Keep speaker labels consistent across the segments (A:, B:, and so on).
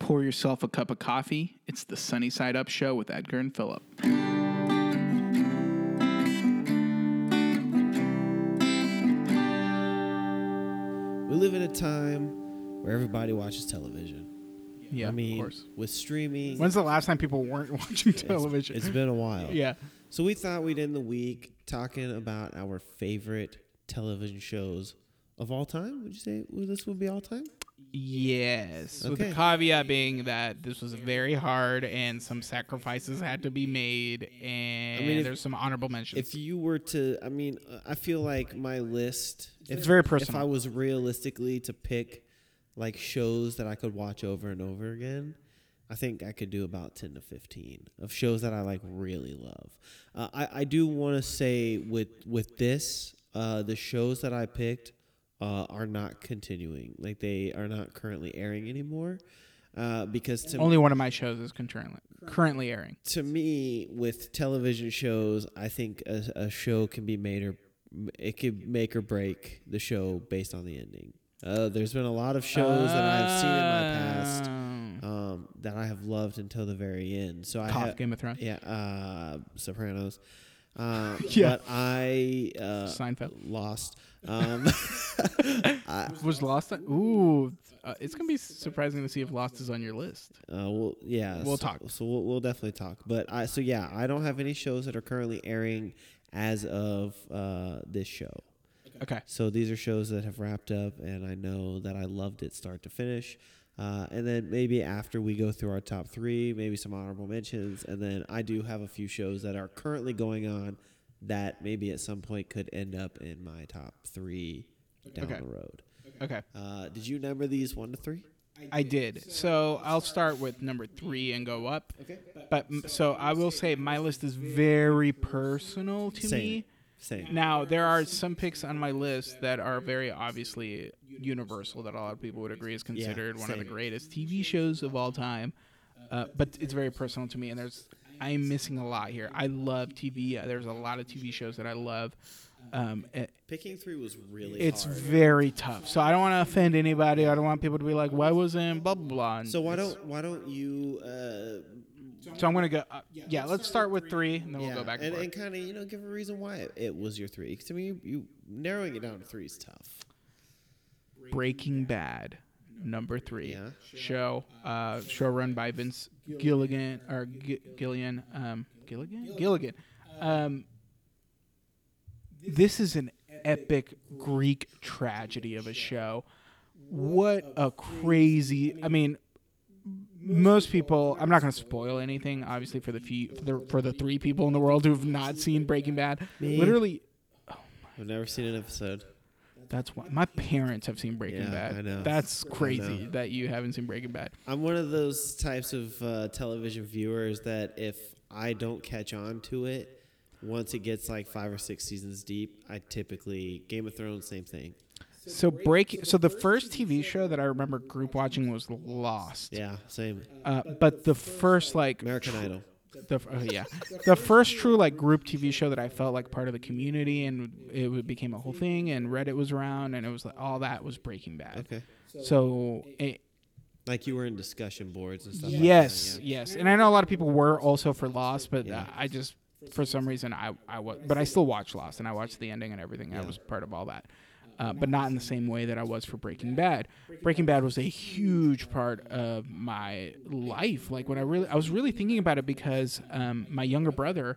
A: Pour yourself a cup of coffee. It's the Sunny Side Up Show with Edgar and Philip.
B: We live in a time where everybody watches television.
A: Yeah,
B: I mean,
A: of course.
B: with streaming,
C: When's the last time people weren't watching
B: it's-
C: television?
B: it's been a while.
A: Yeah.
B: So we thought we'd end the week talking about our favorite television shows of all time. Would you say well, this would be all time?
A: Yes. With the
B: Okay.
A: caveat being that this was very hard and some sacrifices had to be made, and
B: I mean, if-
A: there's some honorable mentions.
B: If you were to, I mean, uh, I feel like my list. If,
C: It's very
B: If
C: personal.
B: I was realistically to pick like shows that I could watch over and over again, I think I could do about ten to fifteen of shows that I like really love. Uh, I I do want to say with with this, uh, the shows that I picked uh, are not continuing. Like they are not currently airing anymore. Uh, because to
A: Only one of my shows is currently currently airing.
B: to me with television shows i think a, a show can be made or it could make or break the show based on the ending uh, there's been a lot of shows that i've seen in my
A: Oh.
B: past um, that i have loved until the very end so i
A: Cough,
B: ha-
A: Game of Thrones.
B: yeah uh, sopranos uh,
C: Yeah.
B: but i uh,
A: Seinfeld.
B: lost um,
A: Was Lost? on- Ooh, uh, it's gonna be surprising to see if Lost is on your list.
B: Uh, we'll, yeah,
A: We'll
B: so,
A: talk.
B: So we'll, we'll definitely talk. But I so yeah, I don't have any shows that are currently airing as of uh, this show.
A: Okay.
B: So these are shows that have wrapped up, and I know that I loved it start to finish. Uh, and then maybe after we go through our top three, maybe some honorable mentions, and then I do have a few shows that are currently going on that maybe at some point could end up in my top three down
A: Okay.
B: the road.
A: Okay.
B: Uh, did you number these one to three?
A: I did. So I'll start with number three and go up. Okay. But m- so I will say my list is very personal to
B: Same.
A: me.
B: Same.
A: Now there are some picks on my list that are very obviously universal that a lot of people would agree is considered one of the
B: same.
A: greatest TV shows of all time. Uh, but it's very personal to me, and there's I'm missing a lot here. I love TV. There's a lot of TV shows that I love. Um, a-
B: Picking three was really
A: it's
B: hard.
A: very tough. So I don't want to offend anybody. I don't want people to be like, "Why wasn't blah blah blah?" And
B: So why don't why don't you uh,
A: So I'm gonna go. Uh, yeah, let's start with three, and then
B: yeah,
A: we'll go back and,
B: and,
A: forth.
B: and kind of you know give a reason why it, it was your three? 'Cause to me, you, you narrowing it down to three is tough.
A: Breaking Bad, number three
B: Yeah.
A: show, uh, show run by Vince Gilligan or G- Gillian, um, Gilligan, Gilligan. Um, this is an epic Greek tragedy of a show. What a crazy! I mean, most people i'm not going to spoil anything obviously for the few for the, for the three people in the world who have not seen breaking bad literally
B: I've never seen an episode.
A: that's why my parents have seen breaking
B: Yeah,
A: bad
B: I know.
A: that's
B: I
A: crazy
B: know.
A: that you haven't seen breaking bad
B: I'm one of those types of uh, television viewers that if I don't catch on to it once it gets like five or six seasons deep, I typically Game of Thrones same thing.
A: so break so the first tv show that i remember group watching was lost
B: Yeah, same
A: uh, but the first like
B: American Idol.
A: the f- oh, yeah the first true like group tv show that i felt like part of the community and it w- became a whole thing and reddit was around and it was like all that was breaking bad
B: Okay,
A: so it,
B: like you were in discussion boards and stuff.
A: Yes,
B: Like that, yeah.
A: yes, and I know a lot of people were also for Lost, but
B: Yeah.
A: uh, I just for some reason I I was, but I still watched Lost and I watched the ending and everything. I was part of all that, uh, but not in the same way that I was for Breaking Bad. Breaking Bad was a huge part of my life. Like when I really I was really thinking about it because um, my younger brother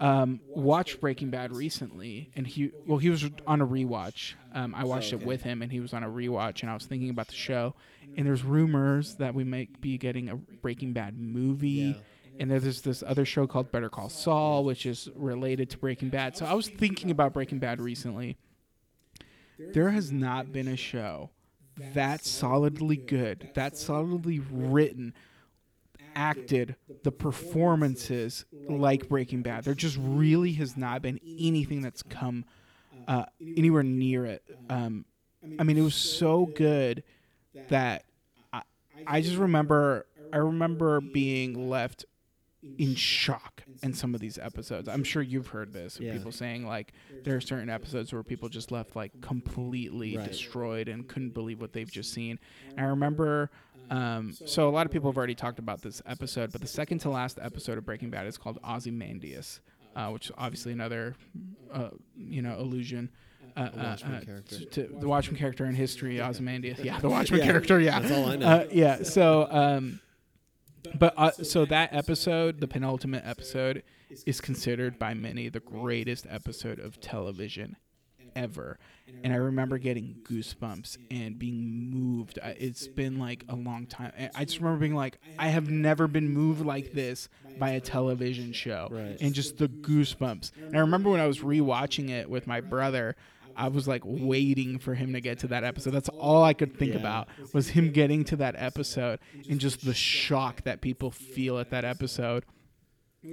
A: um, watched Breaking Bad recently, and he well he was on a rewatch. Um, I watched it with him, and he was on a rewatch, and I was thinking about the show, and there's rumors that we might be getting a Breaking Bad movie, and there's this other show called Better Call Saul, which is related to Breaking Bad. So I was thinking about Breaking Bad recently. There has not been a show that solidly good, that solidly written, acted the performances like Breaking Bad. There just really has not been anything that's come uh, anywhere near it. Um, I mean, it was so good that I, I just remember I remember being left in shock in some of these episodes. I'm sure you've heard this. of
B: Yeah.
A: People saying like there are certain episodes where people just left like completely
B: Right.
A: destroyed and couldn't believe what they've just seen. And I remember Um, so a lot of people have already talked about this episode, but the second to last episode of Breaking Bad is called Ozymandias, uh, which is obviously another, uh, you know, allusion. Uh, uh,
B: Watchmen
A: uh,
B: character.
A: t- to the Watchman character in history, Ozymandias. Yeah, the Watchman
B: Yeah,
A: character. Yeah,
B: that's all I know.
A: Uh, yeah. So, um, but uh, so that episode, the penultimate episode, is considered by many the greatest episode of television ever. And I remember getting goosebumps and being moved. I- It's been like a long time. I- I just remember being like, I have never been moved like this by a television show,
B: Right.
A: and just the goosebumps. And I remember when I was rewatching it with my brother. I was like waiting for him to get to that episode. That's all I could think
B: Yeah.
A: about was him getting to that episode and just the shock that people feel at that episode.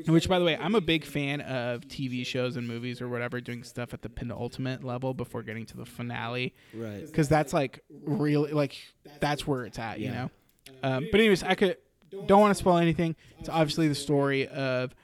A: Which, by the way, I'm a big fan of TV shows and movies or whatever doing stuff at the penultimate level before getting to the finale,
B: Right.
A: because that's like really like that's where it's at, you
B: Yeah.
A: know. Um, but anyways, I could don't want to spoil anything. It's obviously the story of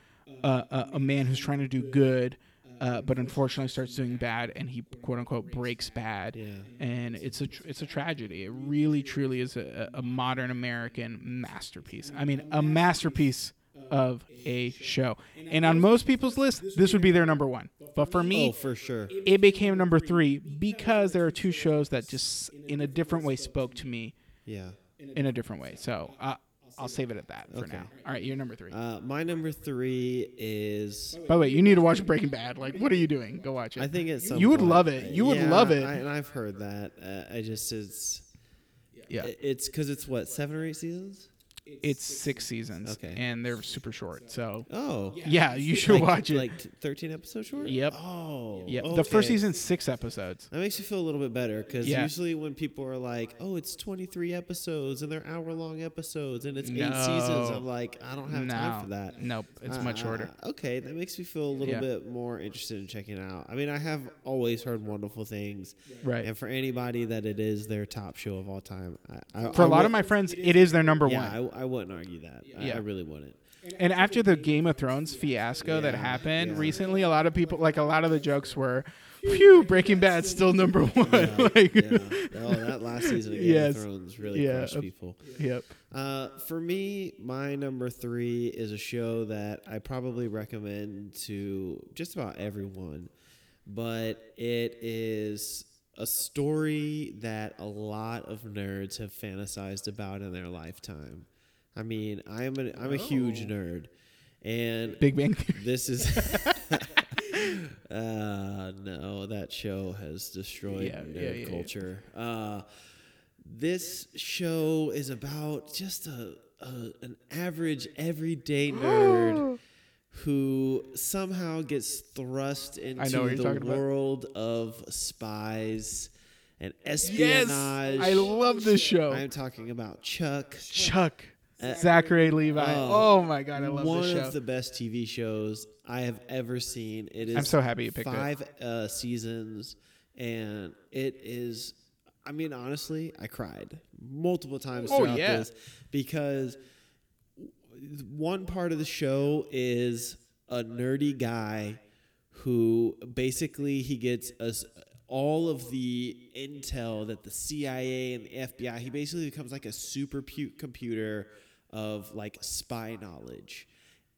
A: uh, a, a man who's trying to do good, uh, but unfortunately starts doing bad, and he quote unquote breaks bad
B: Yeah.
A: and it's a tr- it's a tragedy. It really truly is a, a a modern American masterpiece. I mean, a masterpiece of a show. And on most people's list, this would be their number one. But for
B: Oh,
A: me,
B: for sure.
A: it became number three because there are two shows that just in a different way spoke to me
B: Yeah.
A: in a different way. So uh, I'll save it at that for now. All right, you're number three.
B: Uh, my number three is.
A: By the way, you need to watch Breaking Bad. Like, what are you doing? Go watch it.
B: I think it's.
A: you would love it. You would love it.
B: I, and I've heard that. Uh, I just it's.
A: yeah.
B: it- It's because it's what seven or eight seasons.
A: It's six seasons,
B: Okay.
A: and they're super short. So
B: Oh.
A: yeah, you should
B: Like-
A: watch it.
B: Like t- thirteen episodes short.
A: Yep.
B: Oh.
A: yep. The first
B: okay.
A: season's six episodes.
B: That makes you feel a little bit better because
A: Yeah.
B: usually when people are like, "Oh, it's 23 episodes and they're hour-long episodes and it's eight
A: No.
B: seasons," I'm like, "I don't have
A: No,
B: time for that."
A: nope, it's much shorter.
B: Uh, Okay, that makes me feel a little
A: Yeah.
B: bit more interested in checking it out. I mean, I have always heard wonderful things,
A: Right.
B: And for anybody that it is their top show of all time, I, I,
A: For
B: a
A: a lot of my friends, it is their number
B: yeah,
A: one.
B: I, I wouldn't argue that. I- I,
A: Yeah.
B: really wouldn't.
A: And after the Game of Thrones fiasco that
B: Yeah,
A: happened
B: yeah.
A: recently, a lot of people, like a lot of the jokes were, "Phew, Breaking Bad's still number one." like,
B: Yeah. oh, that last season of Game
A: Yes.
B: of Thrones really
A: Yeah.
B: crushed people.
A: yep.
B: Uh, for me, my number three is a show that I probably recommend to just about everyone, but it is a story that a lot of nerds have fantasized about in their lifetime. I mean, I'm a I'm a huge nerd, and
A: Big Bang Theory.
B: this is. uh, no, that show has destroyed
A: Yeah,
B: nerd
A: yeah, yeah, yeah.
B: culture. Uh, this show is about just a, a an average everyday nerd who somehow gets thrust into
A: know what you're
B: the
A: talking about.
B: world of spies and
A: Yes,
B: espionage.
A: I love this show.
B: I'm talking about Chuck.
A: Chuck, Zachary Levi.
B: Uh, Oh,
A: Oh my god, I love
B: one
A: this show.
B: of the best TV shows I have ever seen. It is.
A: I'm so happy you picked it.
B: five uh, seasons, and it is. I mean, honestly, I cried multiple times
A: Oh,
B: throughout
A: yeah.
B: this because one part of the show is a nerdy guy who basically he gets us all of the intel that the CIA and the FBI. He basically becomes like a super pu- computer of like spy knowledge,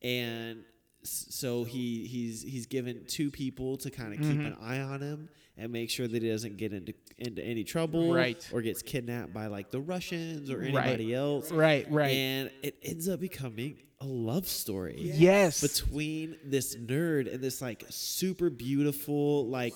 B: and s- so he he's he's given two people to kind of
A: Mm-hmm.
B: keep an eye on him and make sure that he doesn't get into into any trouble
A: Right.
B: or gets kidnapped by like the Russians or
A: Right.
B: anybody else
A: right, right.
B: and it ends up becoming a love story.
A: yes.
B: Between this nerd and this like super beautiful, like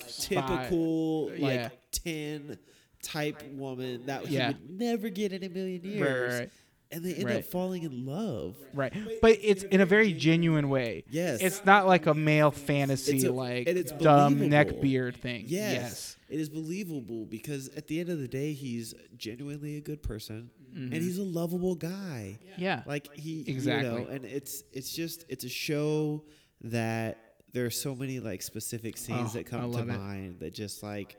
B: typical, like
A: yeah.
B: ten type woman that he
A: Yeah.
B: would never get in a million years,
A: right.
B: and they end up
A: Right.
B: falling in love.
A: Right. But it's in a very genuine way.
B: Yes.
A: It's not like a male fantasy,
B: It's a-
A: like
B: and it's
A: dumb
B: believable.
A: neckbeard thing.
B: Yes,
A: Yes.
B: it is believable because at the end of the day, he's genuinely a good person,
A: Mm-hmm.
B: and he's a lovable guy.
A: Yeah.
B: like he exactly
A: Exactly.
B: and it's it's just it's a show that there are so many like specific scenes
A: Oh,
B: that
A: I
B: come to
A: love it.
B: mind that just like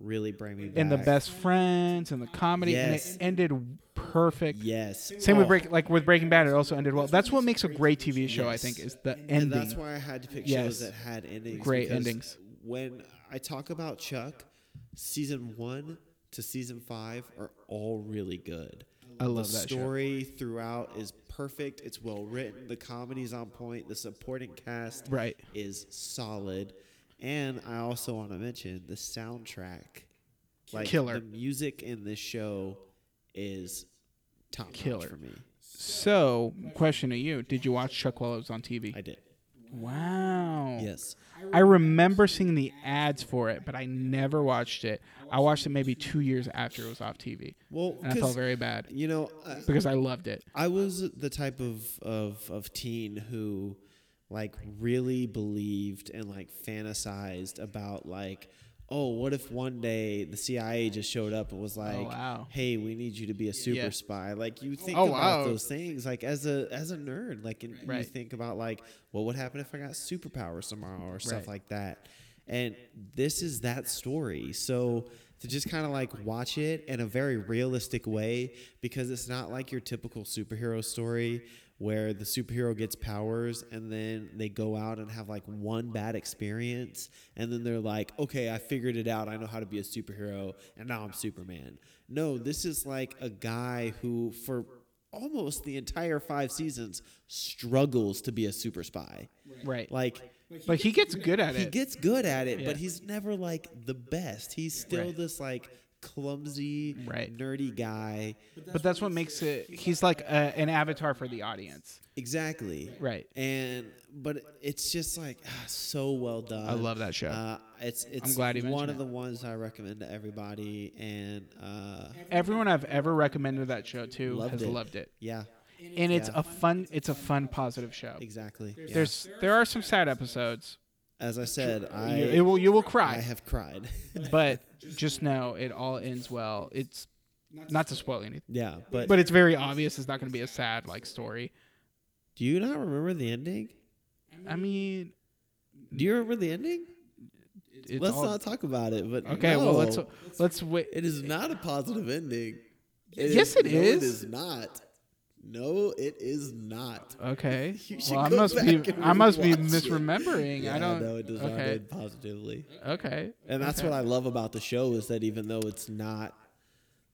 B: really bring me back
A: and the best friends and the comedy
B: Yes.
A: and it ended perfect.
B: yes
A: Same
B: Oh,
A: with break like with Breaking Bad, it also ended well. That's what makes a great TV show, I think, is the
B: and
A: ending.
B: that's why I had to pick shows
A: Yes.
B: that had endings
A: Great
B: because
A: endings.
B: when I talk about Chuck season 1 to season 5 are all really good
A: I love
B: the
A: that show.
B: story throughout is perfect. It's well written. The comedy's on point. The supporting cast
A: Right.
B: is solid. And I also want to mention the soundtrack. Like
A: Killer.
B: the music in this show is top notch
A: Killer.
B: for me.
A: So, question to you: Did you watch Chuck while it was on TV?
B: I did.
A: wow.
B: Yes.
A: I remember seeing the ads for it, but I never watched it. I watched it maybe two years after it was off TV,
B: Well,
A: and I felt
B: 'cause,
A: very bad
B: you know, I-
A: because I loved it.
B: I was the type of, of of teen who like really believed and like fantasized about like oh what if one day the CIA just showed up and was like
A: Oh, wow.
B: hey we need you to be a super
A: Yeah.
B: spy like you think
A: Oh,
B: about
A: wow.
B: those things like as a as a nerd like and you
A: Right.
B: think about like what would happen if I got superpowers tomorrow or stuff
A: Right.
B: like that and this is that story so to just kind of like watch it in a very realistic way because it's not like your typical superhero story where the superhero gets powers and then they go out and have like one bad experience and then they're like okay i figured it out i know how to be a superhero and now i'm superman no this is like a guy who for almost the entire five seasons struggles to be a super spy
A: Right.
B: like
A: But he gets good at
B: he
A: it.
B: gets good at it,
A: Yeah.
B: but he's never like the best. He's still
A: Right.
B: this like clumsy,
A: Right.
B: nerdy guy.
A: But that's what makes it. He's like a, an avatar for the audience.
B: Exactly.
A: Right.
B: And but it's just like ah, so well done.
A: I love that show.
B: Uh, it's it's
A: glad you
B: one
A: mentioned
B: of
A: it.
B: the ones I recommend to everybody, and uh,
A: Everyone I've ever recommended that show to
B: Loved
A: has
B: it.
A: loved it,
B: yeah,
A: and it's
B: Yeah.
A: a fun. It's a fun, positive show.
B: exactly. Yeah.
A: There's there are some sad episodes.
B: as I said, I
A: you, it will you will
B: I
A: cry,
B: have cried.
A: but just know it all ends well. It's not to spoil anything,
B: yeah, but,
A: but it's very obvious. It's not going to be a sad like story.
B: do you not remember the ending?
A: I mean,
B: Do you remember the ending?
A: it's
B: let's
A: all,
B: not talk about it. But
A: okay. Well, let's
B: no.
A: let's wait.
B: It is not a positive ending. It
A: Yes, it
B: no,
A: is.
B: It is not. No, it is not.
A: Okay.
B: You should
A: Well, I
B: go
A: must
B: back
A: be
B: and
A: I must be
B: rewatch it.
A: misremembering. I don't.
B: No, it does not
A: okay.
B: end positively.
A: Okay.
B: And that's
A: Okay.
B: what I love about the show is that even though it's not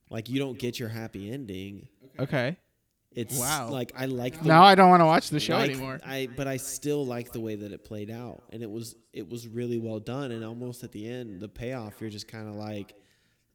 B: like you don't get your happy ending,
A: Okay.
B: it's
A: Wow.
B: like I like the
A: Now I don't want to watch the show
B: like,
A: anymore.
B: I but I still like the way that it played out, and it was it was really well done. And almost at the end, the payoff, you're just kind of like,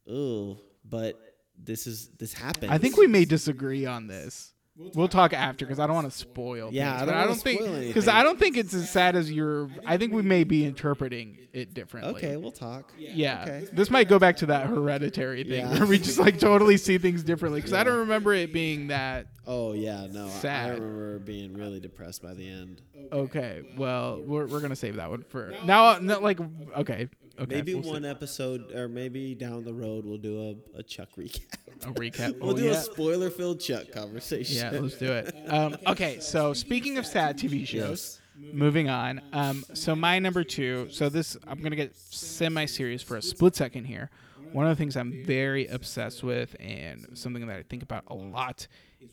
B: oh, but this is this happened.
A: I think we may disagree on this. We'll talk after because I don't want to spoil.
B: Yeah,
A: things, but
B: I don't
A: I
B: wanna
A: don't
B: spoil
A: think because
B: anything.
A: I don't think it's as sad as you're. I think we may be interpreting it differently.
B: Okay, we'll talk.
A: Yeah,
B: okay.
A: this might go back to that hereditary thing
B: Yeah.
A: where we just like totally see things differently because I don't remember it being that.
B: Oh yeah, no. I- I
A: Sad.
B: remember being really depressed by the end.
A: Okay, well we're, we're gonna save that one for now. uh, No, like okay, okay,
B: Maybe
A: we'll see.
B: one episode, or maybe down the road, we'll do a, a Chuck recap.
A: a recap.
B: we'll
A: Oh,
B: do
A: yeah.
B: a spoiler-filled Chuck conversation.
A: Yeah, let's do it. Um, okay, so speaking of sad TV shows, moving on. Um, so my number two. So this, I'm gonna get semi-serious for a split second here. One of the things I'm very obsessed with, and something that I think about a lot,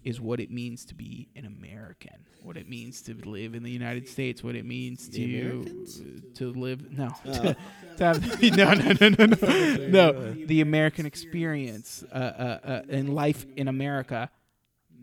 A: is what it means to be an American. What it means to live in the United States. What it means to uh,
B: Americans? Oh.
A: to live. No, to, to have, no, no, no, no, no, no. The American experience uh, uh, uh, in life in America.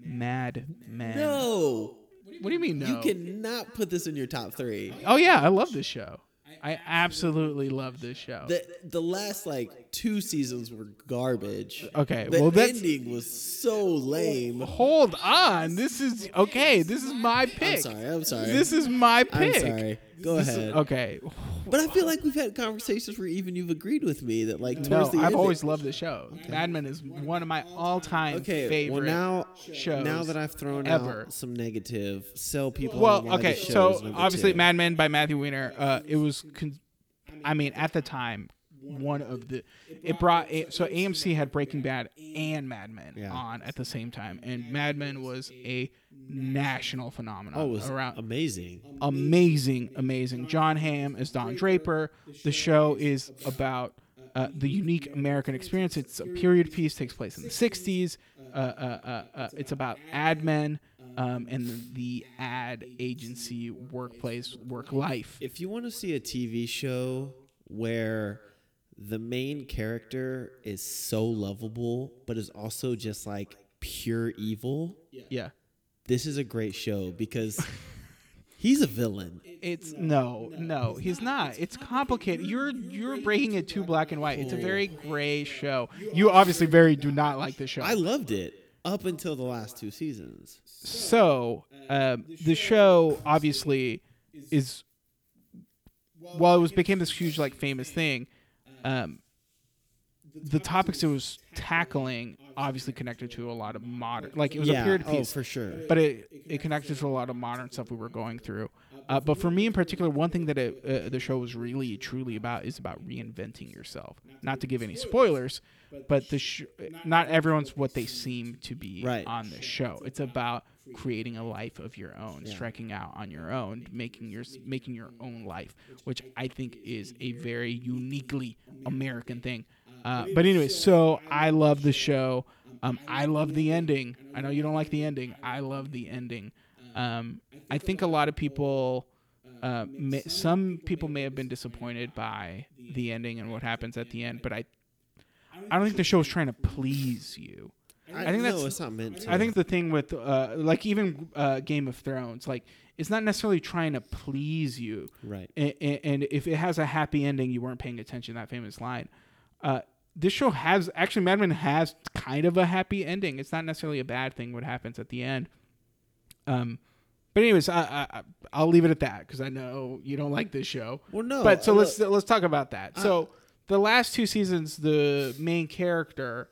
A: Mad Men.
B: No,
A: What do you mean no?
B: you cannot put this in your top three.
A: Oh yeah, I love this show. I absolutely love this show.
B: The the last like two seasons were garbage.
A: Okay,
B: The
A: well that's Oh,
B: ending was so lame.
A: hold on. This is okay. This is my
B: I'm
A: pick.
B: sorry. I'm sorry.
A: This is my
B: I'm
A: pick.
B: sorry. Go
A: This is-
B: ahead.
A: okay.
B: But I feel like we've had conversations where even you've agreed with me that like towards
A: No,
B: the end.
A: I've always
B: it-
A: loved the show. Mad Men is one of my all-time
B: Okay,
A: favorite.
B: well now
A: shows
B: now that I've thrown
A: ever.
B: out some negative, sell people. on
A: well,
B: why
A: okay.
B: the show is
A: So
B: number
A: obviously,
B: two.
A: Mad Men by Matthew Weiner. Uh, it was, con- I mean, at the time, one of the. It brought it, so AMC had Breaking Bad and Mad Men
B: Yeah.
A: on at the same time, and Mad Men was a national phenomenon.
B: Oh, it was
A: around
B: amazing.
A: amazing, amazing. John Hamm is Don Draper. The show is about uh, the unique American experience. It's a period piece, takes place in the 60s. Uh, uh, uh, uh, it's about ad men um, and the, the ad agency workplace work life.
B: If you want to see a TV show where the main character is so lovable, but is also just like pure evil,
A: Yeah.
B: this is a great show because he's a villain.
A: It's no, no, he's not. It's complicated. You're you're breaking it too black and white. It's a very gray show. You obviously very do not like the show.
B: I loved it up until the last two seasons.
A: so um, the show obviously is while it was became this huge like famous thing um, the topics it was tackling obviously connected to a lot of modern like it was a
B: yeah,
A: period
B: oh,
A: piece
B: for sure.
A: but it it connected to a lot of modern stuff we were going through uh, but for me in particular one thing that it, uh, the show was really truly about is about reinventing yourself not to give any spoilers but the sh- not everyone's what they seem to be
B: Right.
A: on the show it's about creating a life of your own striking out on your own making your making your own life which i think is a very uniquely american thing uh, but anyway so i love the show um, I love the ending. I know you don't like the ending. I love the ending. Um, I think a lot of people, uh, may, some people may have been disappointed by the ending and what happens at the end, but I, I don't think the show is trying to please you. I think
B: no,
A: that's-
B: it's not meant to.
A: I think the thing with uh, like even uh, Game of Thrones, like it's not necessarily trying to please you.
B: Right.
A: And, and if it has a happy ending, you weren't paying attention to that famous line. Uh, this show has actually Mad Men has kind of a happy ending. It's not necessarily a bad thing what happens at the end. Um, but anyways, I, I I- I'll leave it at that because I know you don't like this show.
B: Well, no,
A: But so
B: uh,
A: let's let's talk about that. So the last two seasons, the main character.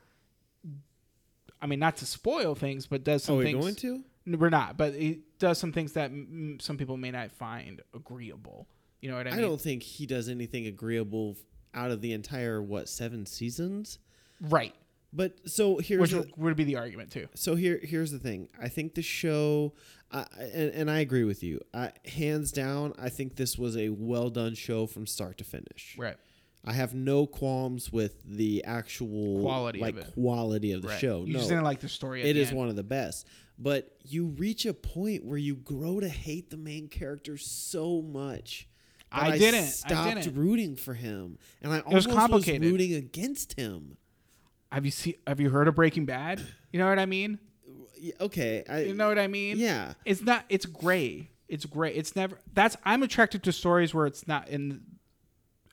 A: I mean, not to spoil things, but does some
B: Are we
A: things.
B: Oh, going to?
A: No, We're not, but it does some things that mm, some people may not find agreeable. You know what I
B: I,
A: mean?
B: don't think he does anything agreeable out of the entire what seven seasons.
A: right.
B: But so
A: Which
B: here's the-
A: would be the argument too.
B: so here here's the thing. I think the show, I, I- and, and I agree with you. I, hands down, I think this was a well done show from start to finish.
A: Right.
B: I have no qualms with the actual
A: Quality of
B: like
A: it.
B: quality of the
A: right.
B: show.
A: You
B: no,
A: just didn't like the story. At
B: it
A: the
B: is
A: end.
B: one of the best. But you reach a point where you grow to hate the main character so much. that
A: I didn't. I
B: Stopped
A: didn't.
B: rooting for him, and I
A: was
B: almost was
A: complicated.
B: rooting against him.
A: Have you seen? Have you heard of Breaking Bad? You know what I mean?
B: Y- Okay, I
A: You know what I mean?
B: yeah.
A: It's not. It's gray. It's gray. It's never. That's. I'm attracted to stories where it's not in.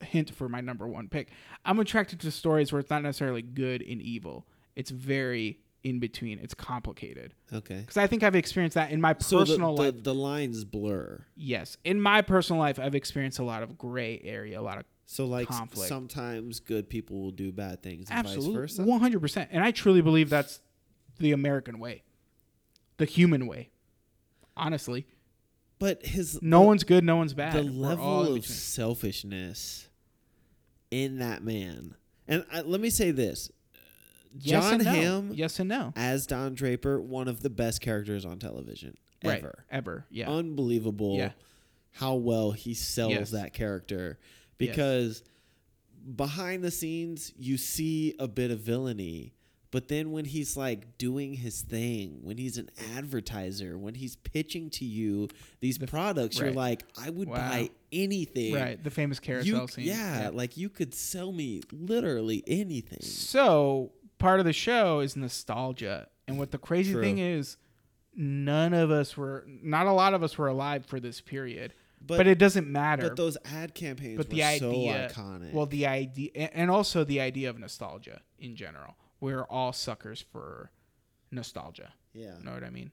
A: Hint for my number one pick. I'm attracted to stories where it's not necessarily good and evil. It's very in between. It's complicated.
B: Okay,
A: Because I think I've experienced that in my
B: so the,
A: personal
B: the-
A: life.
B: the lines blur.
A: Yes, in my personal life, I've experienced a lot of gray area, a lot of
B: So like s-
A: Conflict.
B: sometimes good people will do bad things, and vice versa.
A: absolutely one hundred percent. And I truly believe that's the American way, the human way. Honestly,
B: But his
A: no one's good, no one's bad.
B: the
A: We're all in
B: level of
A: between.
B: selfishness in that man. And I, let me say this:
A: yes
B: John
A: and no.
B: Hamm
A: yes and no,
B: as Don Draper, one of the best characters on television
A: right?
B: ever. Oh,
A: ever, yeah,
B: Unbelievable
A: Yeah.
B: how well he sells
A: Yes.
B: that character because behind the scenes you see a bit of villainy, but then when he's like doing his thing, when he's an advertiser, when he's pitching to you these products, you're
A: right.
B: like, I would
A: Wow.
B: buy anything.
A: right. The famous carousel
B: You,
A: scene,
B: yeah, like you could sell me literally anything.
A: So part of the show is nostalgia, and what the crazy
B: True.
A: thing is, none of us were, not a lot of us were alive for this period.
B: But-
A: But, it doesn't matter.
B: But those ad campaigns
A: but
B: were
A: the
B: so
A: idea,
B: iconic.
A: well, the idea, a- and also the idea of nostalgia in general. We're all suckers for nostalgia.
B: yeah.
A: You know what I mean?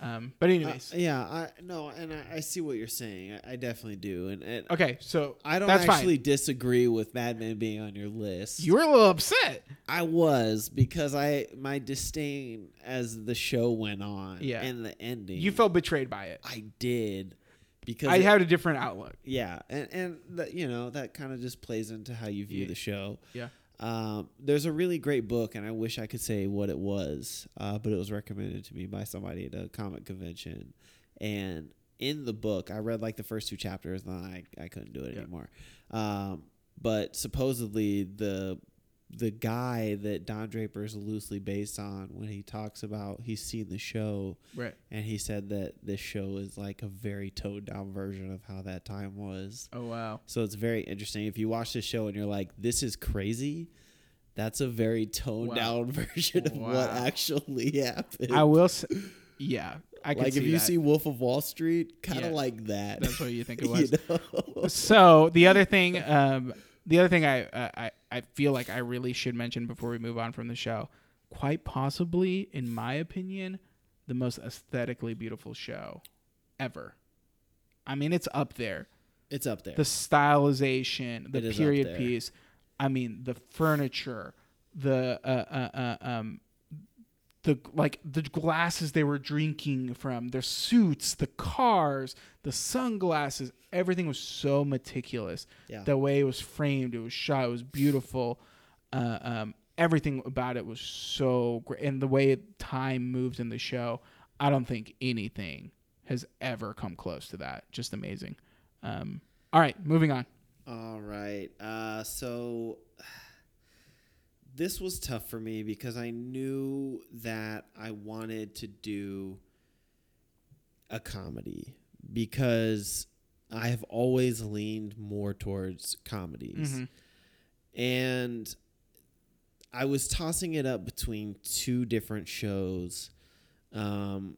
A: Um, but anyways,
B: Uh, yeah, I no, and I, I see what you're saying. I, I definitely do, and, and
A: okay. So
B: I don't
A: Oh, That's
B: actually
A: fine.
B: disagree with Mad Men being on your list.
A: You were a little upset.
B: I was because I my disdain as the show went on,
A: Yeah.
B: and the ending.
A: You felt betrayed by it.
B: I did because
A: I
B: it-
A: had a different outlook.
B: yeah, and and that you know that kind of just plays into how you view
A: Yeah.
B: the show.
A: Yeah.
B: Um, there's a really great book, and I wish I could say what it was, uh, but it was recommended to me by somebody at a comic convention. And in the book, I read like the first two chapters, and I, I couldn't do it
A: Yeah.
B: anymore. Um, but supposedly the the guy that Don Draper is loosely based on, when he talks about he's seen the show,
A: Right.
B: and he said that this show is like a very toned down version of how that time was.
A: Oh wow.
B: So it's very interesting. If you watch this show and you're like, this is crazy, That's a very toned
A: Wow.
B: down version of what
A: Wow.
B: actually happened.
A: I will. S- yeah, I can
B: like
A: see
B: if you
A: that.
B: see Wolf of Wall Street, kind
A: Yeah.
B: of like that.
A: That's what you think it
B: You
A: was.
B: know?
A: So the other thing, um, the other thing I, uh, I I feel like I really should mention before we move on from the show, quite possibly, in my opinion, the most aesthetically beautiful show ever. I mean, it's up there.
B: It's up there.
A: The stylization,
B: It
A: the
B: is up
A: period
B: there.
A: piece. I mean, the furniture, the uh, uh, uh, um, the like the glasses they were drinking from, their suits, the cars, the sunglasses. Everything was so meticulous.
B: Yeah.
A: The way it was framed, it was shot, it was beautiful. Uh, um, everything about it was so great, and the way time moves in the show. I don't think anything has ever come close to that. Just amazing. Um, all right, moving on.
B: All right. Uh, so this was tough for me because I knew that I wanted to do a comedy because I have always leaned more towards comedies.
A: Mhm.
B: And I was tossing it up between two different shows. Um,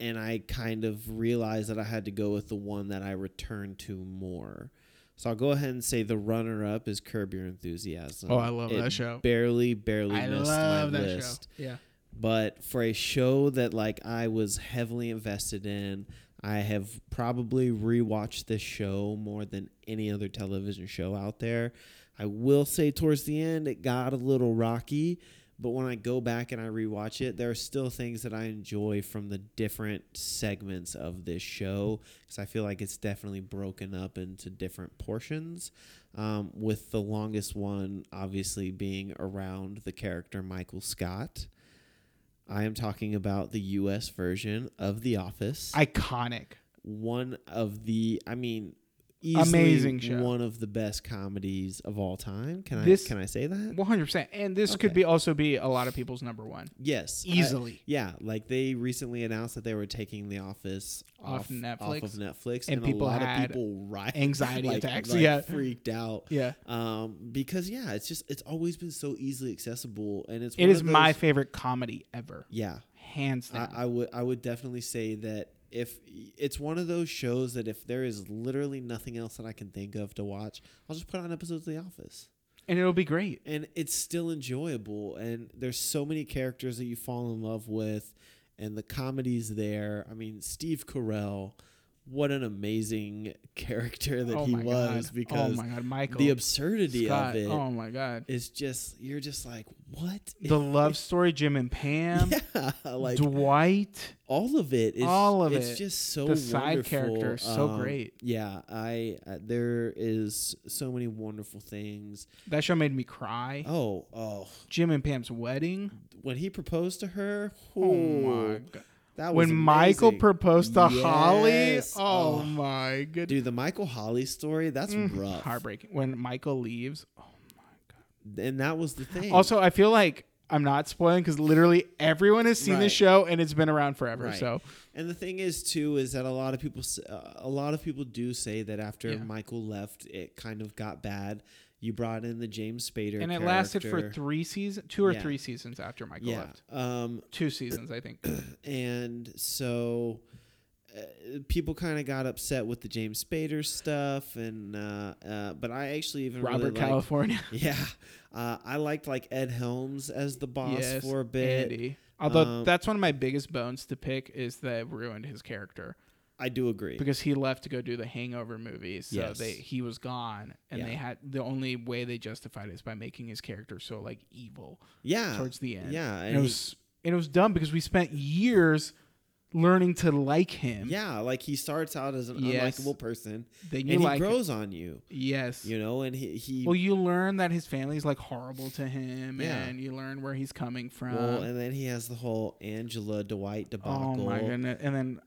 B: and I kind of realized that I had to go with the one that I return to more. So I'll go ahead and say the runner up is Curb Your Enthusiasm.
A: Oh, I love
B: It
A: that show.
B: Barely, barely
A: I
B: missed
A: love
B: my
A: that
B: list
A: show. Yeah.
B: but for a show that like I was heavily invested in, I have probably rewatched this show more than any other television show out there. I will say towards the end it got a little rocky, but when I go back and I rewatch it, there are still things that I enjoy from the different segments of this show because I feel like it's definitely broken up into different portions. Um, with the longest one obviously being around the character Michael Scott. I am talking about the US version of The Office.
A: Iconic.
B: one of the I mean easily
A: Amazing show.
B: one of the best comedies of all time. Can
A: This-
B: I can I say that?
A: 100%. And this
B: Okay.
A: could be also be a lot of people's number one.
B: Yes. I-
A: Easily.
B: yeah, like they recently announced that they were taking The Office off,
A: Off Netflix.
B: of Netflix, and,
A: And people
B: a lot of
A: had
B: people riot,
A: anxiety
B: like-
A: attacks.
B: like
A: Yeah.
B: freaked out.
A: yeah.
B: Um, because yeah, it's just it's always been so easily accessible, and it's
A: It
B: one
A: is
B: of those-
A: my favorite comedy ever.
B: yeah.
A: Hands down.
B: I, I would I would definitely say that if it's one of those shows that if there is literally nothing else that I can think of to watch, I'll just put on episodes of The Office,
A: and it'll be great.
B: and it's still enjoyable. And there's so many characters that you fall in love with, and the comedy's there. I mean, Steve Carell, what an amazing character that
A: oh
B: he
A: my
B: was
A: God.
B: because
A: Oh my God. Michael.
B: the absurdity
A: Scott.
B: of it is
A: Oh my God.
B: just you're just like what is-
A: The love story, Jim and Pam.
B: yeah, like
A: Dwight.
B: all of it is
A: All of
B: it's
A: it.
B: just so
A: The side
B: wonderful. um,
A: character is so great.
B: yeah i uh, there is so many wonderful things
A: That show made me cry.
B: oh oh
A: Jim and Pam's wedding.
B: when he proposed to her
A: Oh my
B: oh,
A: God.
B: that was
A: When Michael
B: amazing.
A: proposed to Holly.
B: Yes.
A: Oh, my goodness.
B: dude the michael holly story that's
A: Mm,
B: rough
A: heartbreaking when michael leaves oh my
B: and that was the thing
A: god also i feel like i'm not spoiling because literally everyone has seen
B: Right.
A: this show and it's been around forever
B: Right.
A: so
B: And the thing is too is that a lot of people s- uh, a lot of people do say that after
A: Yeah.
B: Michael left it kind of got bad. You brought in the James Spader
A: and it lasted for
B: character.
A: three seasons two or
B: Yeah.
A: three seasons after michael
B: yeah.
A: left
B: Um
A: two seasons i think
B: and so uh, people kind of got upset with the James Spader stuff and uh, uh but I actually even
A: robert
B: really liked,
A: california
B: Yeah. Uh, I liked like Ed Helms as the boss
A: Yes,
B: for a bit.
A: Andy. although
B: Um,
A: that's one of my biggest bones to pick is that it ruined his character
B: I do agree.
A: because he left to go do the hangover movies so
B: Yes.
A: they he was gone and
B: Yeah.
A: they had the only way they justified it is by making his character so like evil
B: yeah.
A: towards the end
B: yeah,
A: and,
B: and
A: it
B: he-
A: was and it was dumb because we spent years learning to like him.
B: yeah, like he starts out as an
A: Yes.
B: unlikable person
A: then
B: and
A: you
B: he
A: like
B: grows on you,
A: yes.
B: you know, and he, he
A: well, you learn that his family's like horrible to him,
B: Yeah.
A: and you learn where he's coming from.
B: well, and then he has the whole Angela Dwight
A: uh, oh
B: debacle.
A: my goodness! And then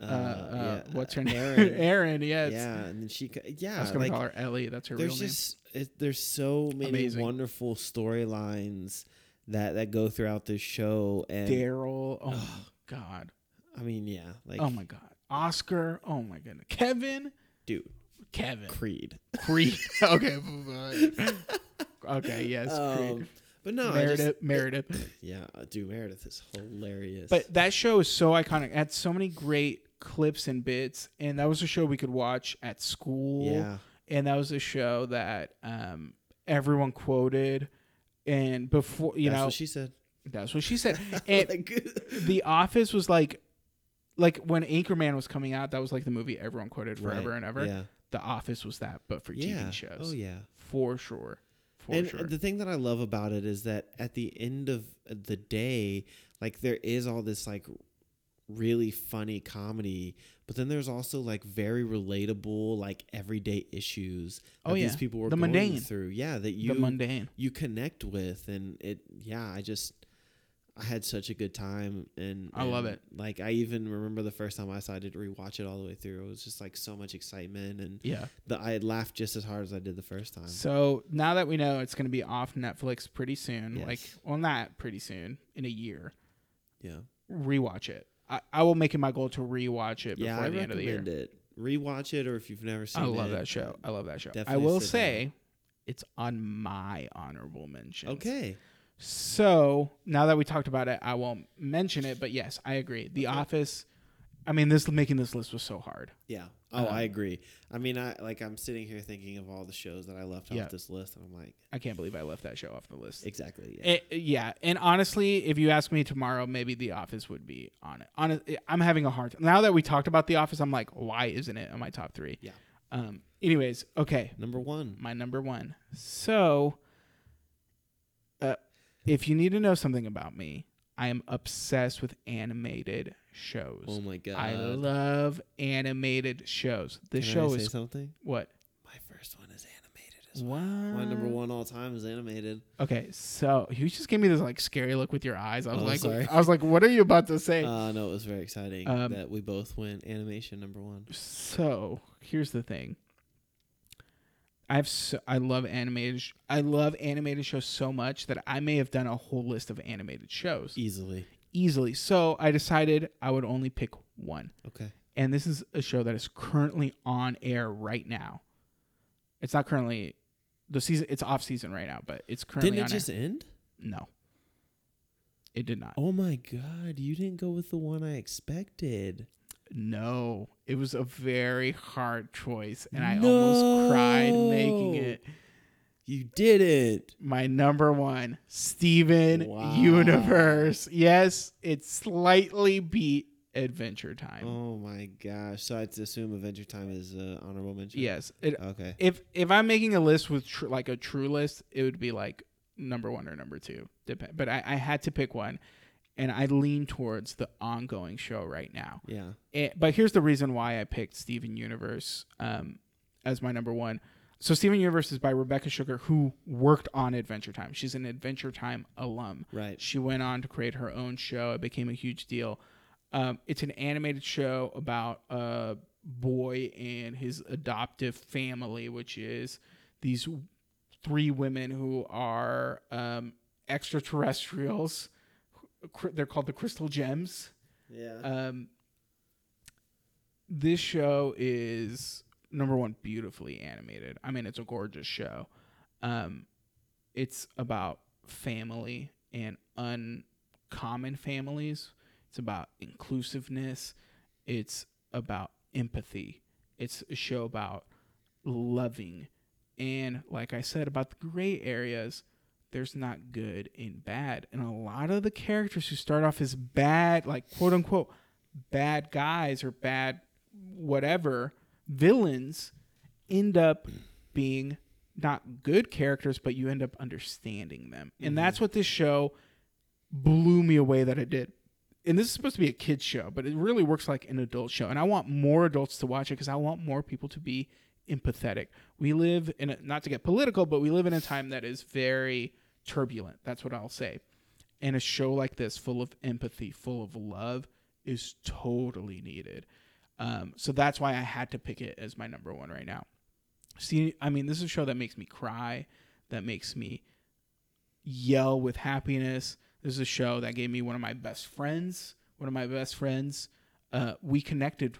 B: Uh,
A: uh, uh,
B: yeah,
A: what's her name?
B: Erin.
A: Erin. yes.
B: yeah, and then she, c- yeah,
A: I was gonna
B: like,
A: call her Ellie. That's her real
B: there's
A: name.
B: just it, there's so many
A: Amazing.
B: wonderful storylines that that go throughout this show, and
A: Daryl. Oh my god.
B: I mean, yeah, like,
A: oh my god. Oscar. Oh my goodness. Kevin.
B: dude,
A: Kevin.
B: Creed,
A: Creed. okay. Okay, yes,
B: Um,
A: Creed.
B: but no, I
A: Meredith,
B: just,
A: Meredith.
B: yeah, dude, Meredith is hilarious.
A: But that show is so iconic. It had so many great clips and bits, and that was a show we could watch at school.
B: yeah,
A: and that was a show that um, everyone quoted. And before you
B: that's
A: know,
B: what she said.
A: that's what she said. And
B: Like,
A: The Office was like, like when Anchorman was coming out, that was like the movie everyone quoted forever
B: Right,
A: and ever.
B: Yeah,
A: The Office was that, but for
B: yeah.
A: TV shows,
B: Oh yeah.
A: for sure, for
B: and
A: sure.
B: the thing that I love about it is that at the end of the day, like there is all this like really funny comedy, but then there's also like very relatable like everyday issues that
A: Oh,
B: these
A: yeah.
B: people were
A: The
B: going
A: mundane.
B: through. Yeah, that
A: the
B: you
A: mundane.
B: you connect with and it yeah, I just I had such a good time and
A: I love
B: and,
A: it.
B: Like I even remember the first time I saw it, I did rewatch it all the way through. It was just like so much excitement and
A: Yeah.
B: the, I laughed just as hard as I did the first time.
A: So now that we know it's going to be off Netflix pretty soon,
B: Yes.
A: like well, not pretty soon, in a year,
B: yeah.
A: rewatch it. I, I will make it my goal to rewatch it before
B: yeah, I
A: the end of the year.
B: recommend it. Rewatch it, or if you've never seen
A: I
B: it,
A: love that show. I love that show. I
B: Definitely
A: will
B: sit down.
A: say, it's on my honorable mention.
B: Okay,
A: So now that we talked about it, I won't mention it. But yes, I agree. The Office. I mean, this making this list was so hard.
B: yeah. Oh,
A: Um,
B: I agree. I mean, I like I'm sitting here thinking of all the shows that I left
A: Yeah.
B: off this list, and I'm like,
A: I can't believe I left that show off the list.
B: exactly. Yeah.
A: Eh, yeah, and honestly, if you ask me tomorrow, maybe The Office would be on it. On it, I'm having a hard time now that we talked about The Office. I'm like, why isn't it on my top three?
B: Yeah.
A: Um. Anyways, okay,
B: Number one.
A: my number one. So, uh, if you need to know something about me, I am obsessed with animated shows.
B: Oh my god.
A: I love animated shows. This
B: Can I
A: show
B: say
A: is
B: something.
A: what?
B: My first one is animated. As
A: What?
B: well. My number one all time is animated.
A: Okay, so you just gave me this like scary look with your eyes. I was
B: Oh,
A: like,
B: sorry.
A: I was like, what are you about to say?
B: Uh, no, it was very exciting
A: Um,
B: that we both went animation number one.
A: so here's the thing. I've so, I love animated. Sh- I love animated shows so much that I may have done a whole list of animated shows
B: Easily.
A: easily. So I decided I would only pick one.
B: Okay.
A: and this is a show that is currently on air right now. It's not currently the season. It's off season right now, but it's currently
B: Didn't
A: on
B: it just end?
A: air. No, it did not.
B: Oh my god! You didn't go with the one I expected.
A: No, it was a very hard choice, and I almost cried making
B: No.
A: it
B: You did it.
A: my number one. Steven
B: Wow.
A: Universe. Yes, it slightly beat Adventure Time.
B: Oh my gosh! So I would assume Adventure Time is uh, honorable mention.
A: Yes, it,
B: Okay.
A: if if I'm making a list with tr- like a true list, it would be like number one or number two, depend. But I, I had to pick one, and I lean towards the ongoing show right now.
B: Yeah.
A: Eh, but here's the reason why I picked Steven Universe um, as my number one. So Steven Universe is by Rebecca Sugar, who worked on Adventure Time. She's an Adventure Time alum.
B: Right.
A: She went on to create her own show. It became a huge deal. Um, it's an animated show about a boy and his adoptive family, which is these three women who are um, extraterrestrials. Cr- They're called the Crystal Gems.
B: Yeah.
A: Um, this show is number one, beautifully animated. I mean, it's a gorgeous show. Um, it's about family and uncommon families. It's about inclusiveness. It's about empathy. It's a show about loving. And like I said about the gray areas, there's not good and bad. And a lot of the characters who start off as bad, like quote unquote, bad guys or bad whatever villains, end up being not good characters, but you end up understanding them. And that's what this show blew me away that it did. And this is supposed to be a kid's show, but it really works like an adult show. And I want more adults to watch it because I want more people to be empathetic. We live in, a, not to get political, but we live in a time that is very turbulent. That's what I'll say. And a show like this, full of empathy, full of love, is totally needed. Um, so that's why I had to pick it as my number one right now. See, I mean, this is a show that makes me cry, that makes me yell with happiness. This is a show that gave me one of my best friends. One of my best friends. Uh, we connected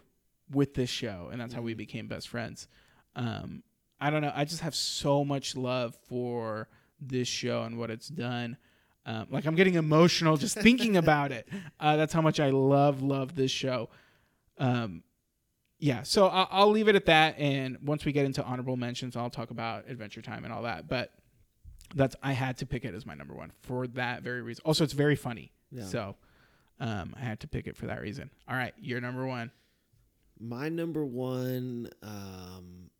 A: with this show, and that's how we became best friends. Um, I don't know. I just have so much love for this show and what it's done. Um, like I'm getting emotional just thinking about it. Uh, that's how much I love love this show. Um, yeah, so I'll, I'll leave it at that. And once we get into honorable mentions, I'll talk about Adventure Time and all that. But that's I had to pick it as my number one for that very reason. Also, it's very funny,
B: Yeah.
A: so um, I had to pick it for that reason. All right, your number one.
B: My number one um,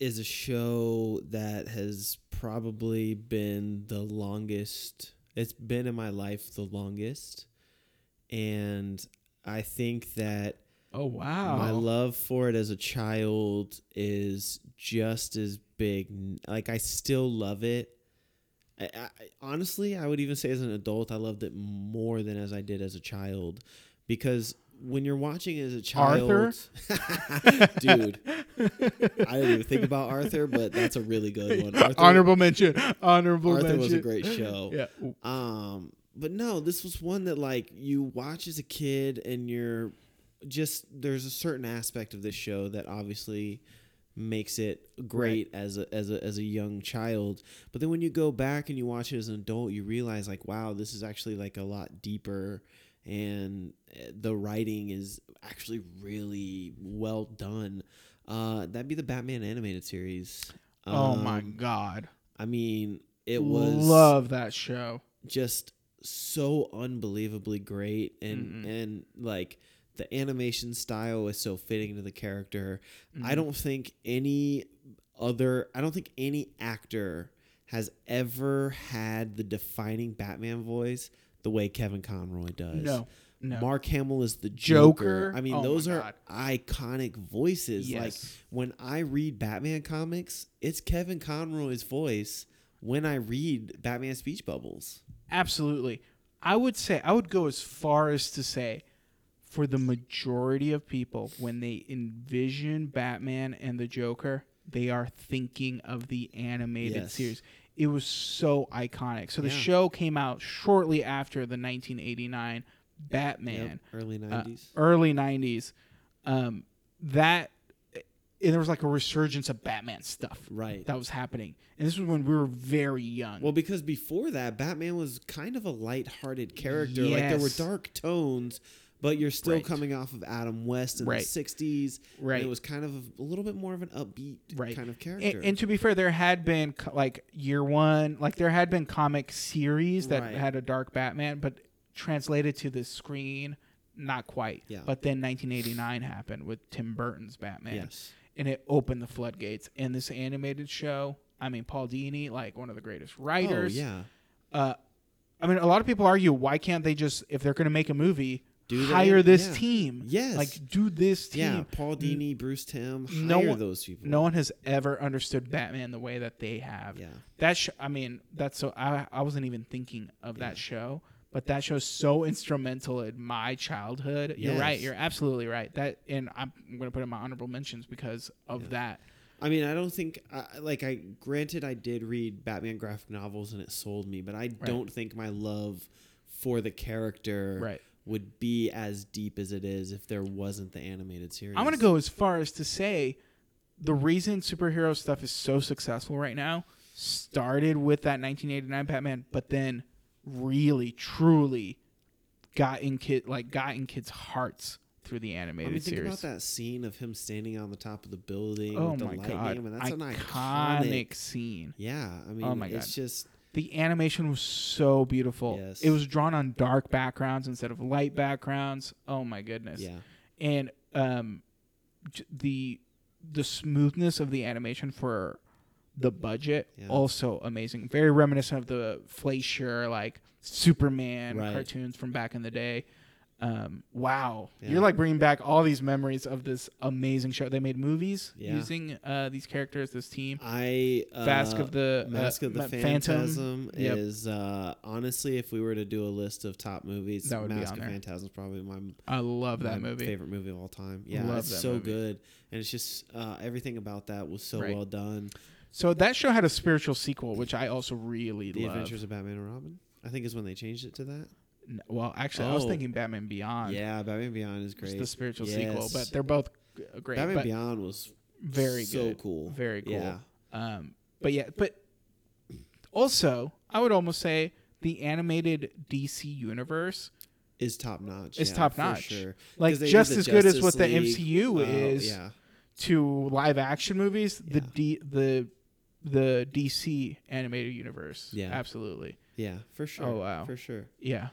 B: is a show that has probably been the longest. It's been in my life the longest, and I think that
A: Oh wow!
B: my love for it as a child is just as big. Like I still love it. I, I, honestly, I would even say as an adult, I loved it more than as I did as a child, because when you're watching as a child,
A: Arthur?
B: dude, I didn't even think about Arthur, but that's a really good one. Arthur,
A: honorable mention. Honorable
B: Arthur
A: mention.
B: was a great show.
A: Yeah. Oh,
B: Um, but no, this was one that like you watch as a kid and you're just there's a certain aspect of this show that obviously makes it great as a as a as a young child. But then when you go back and you watch it as an adult, you realize like wow, this is actually like a lot deeper and uh, the writing is actually really well done. Uh that'd be the Batman animated series.
A: Oh my
B: Um,
A: god!
B: I mean, it was
A: love that show.
B: just so unbelievably great
A: Mhm.
B: and and like the animation style is so fitting to the character. I
A: Mhm.
B: don't think any other I don't think any actor has ever had the defining Batman voice the way Kevin Conroy does.
A: No, no.
B: Mark Hamill is the
A: Joker.
B: Joker. I mean,
A: Oh my
B: those are
A: God.
B: iconic voices. Like
A: Yes.
B: when I read Batman comics, it's Kevin Conroy's voice when I read Batman speech bubbles.
A: Absolutely. I would say I would go as far as to say for the majority of people when they envision Batman and the Joker, they are thinking of the animated
B: Yes.
A: series. It was so iconic. So the
B: Yeah.
A: show came out shortly after the 1989 Batman. Uh,
B: Yep, early 90s.
A: early 90s um that and there was like a resurgence of batman stuff
B: right.
A: that was happening and this was when we were very young
B: well, because before that, Batman was kind of a lighthearted character. Like there were
A: Yes.
B: dark tones, but you're still
A: Right.
B: coming off of Adam West in
A: Right.
B: the 60s. and
A: Right.
B: it was kind of a, a little bit more of an upbeat
A: Right.
B: kind of
A: A-
B: character.
A: and, to be fair there had been co- like year one like there had been comic series that
B: Right.
A: had a dark batman but translated to the screen not quite
B: Yeah.
A: but then 1989 happened with tim burton's batman
B: yes.
A: and it opened the floodgates and this animated show i mean paul dini like one of the greatest writers
B: Oh, yeah.
A: uh, I mean, a lot of people argue why can't they just if they're going to make a movie,
B: Do they?
A: hire this
B: Yeah.
A: team?
B: Yes.
A: like do this team.
B: Yeah, Paul Dini, Bruce Tim, hire
A: no one-
B: those people.
A: No one has ever understood Batman the way that they have.
B: Yeah.
A: That sh- I mean, that's so I I wasn't even thinking of that show, but that show's so instrumental in my childhood. You're right.
B: Yes.
A: You're absolutely right. That and I'm going to put in my honorable mentions because of that.
B: I mean, I don't think I, like I granted I did read Batman graphic novels and it sold me, but I don't think my love for the character
A: Right.
B: would be as deep as it is if there wasn't the animated series.
A: I'm gonna go as far as to say the reason superhero stuff is so successful right now started with that 1989 Batman, but then really truly got in kid like got in kids' hearts through the
B: I
A: animated
B: mean, think about
A: series.
B: that scene of him standing on the top of the building
A: Oh
B: with the
A: my
B: lightning.
A: god!
B: I mean, that's an
A: iconic
B: iconic.
A: scene.
B: Yeah, I mean,
A: my
B: it's just
A: The animation was so beautiful.
B: Yes.
A: It was drawn on dark backgrounds instead of light backgrounds. Oh my goodness!
B: yeah,
A: and um j- the the smoothness of the animation for the budget
B: Yeah.
A: also amazing very reminiscent of the Fleischer like Superman
B: Right.
A: cartoons from back in the day um wow
B: Yeah.
A: you're like bringing back all these memories of this amazing show they made movies
B: Yeah.
A: using uh these characters this team
B: I uh,
A: Mask of the uh,
B: Mask of the
A: Ma-
B: Phantasm,
A: Yep.
B: is uh, honestly, if we were to do a list of top movies,
A: That would be
B: Mask
A: on
B: of
A: there.
B: Phantasm is probably my
A: I love that
B: my
A: movie
B: Favorite movie of all time. Yeah,
A: Love
B: it's
A: that
B: so
A: movie.
B: good, and it's just uh, everything about that was so
A: Right.
B: well done.
A: so that show had a spiritual sequel which I also really
B: The
A: love
B: Adventures of Batman and Robin, I think, is when they changed it to that.
A: N- well actually I was
B: Oh.
A: thinking Batman Beyond
B: Yeah, Batman Beyond is
A: It's
B: great.
A: the spiritual sequel,
B: Yes.
A: but they're both g- uh, great.
B: Batman
A: but
B: Beyond was
A: very
B: so
A: good.
B: cool.
A: Very cool.
B: Yeah.
A: Um, but yeah, but Also, I would almost say the animated DC universe
B: is top notch.
A: It's
B: yeah, for
A: top-notch.
B: sure.
A: Like,
B: 'Cause they did
A: just
B: the
A: as good as what the
B: Justice
A: MCU
B: League. Oh,
A: is.
B: Yeah,
A: to live action movies, the
B: Yeah.
A: D the the DC animated universe.
B: Yeah.
A: Absolutely.
B: yeah, for sure.
A: Oh, wow.
B: for sure.
A: Yeah.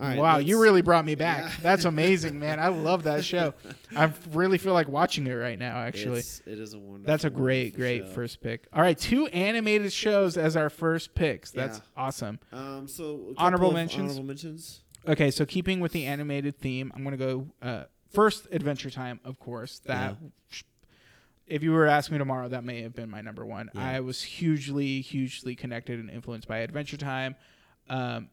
B: All right,
A: wow, you
B: let's-
A: really brought me back.
B: Yeah.
A: That's amazing, man. I love that show. I really feel like watching it right now, actually.
B: It's, it is a wonderful.
A: That's a great,
B: wonderful
A: great
B: show.
A: first pick. All right, two animated shows as our first picks. That's
B: Yeah.
A: awesome.
B: Um, so a couple
A: Honorable
B: of
A: mentions?
B: Honorable mentions.
A: Okay, so keeping with the animated theme, I'm gonna go uh, first Adventure Time, of course. That if you were asking me tomorrow, that may have been my number one.
B: Yeah.
A: I was hugely, hugely connected and influenced by Adventure Time. Um,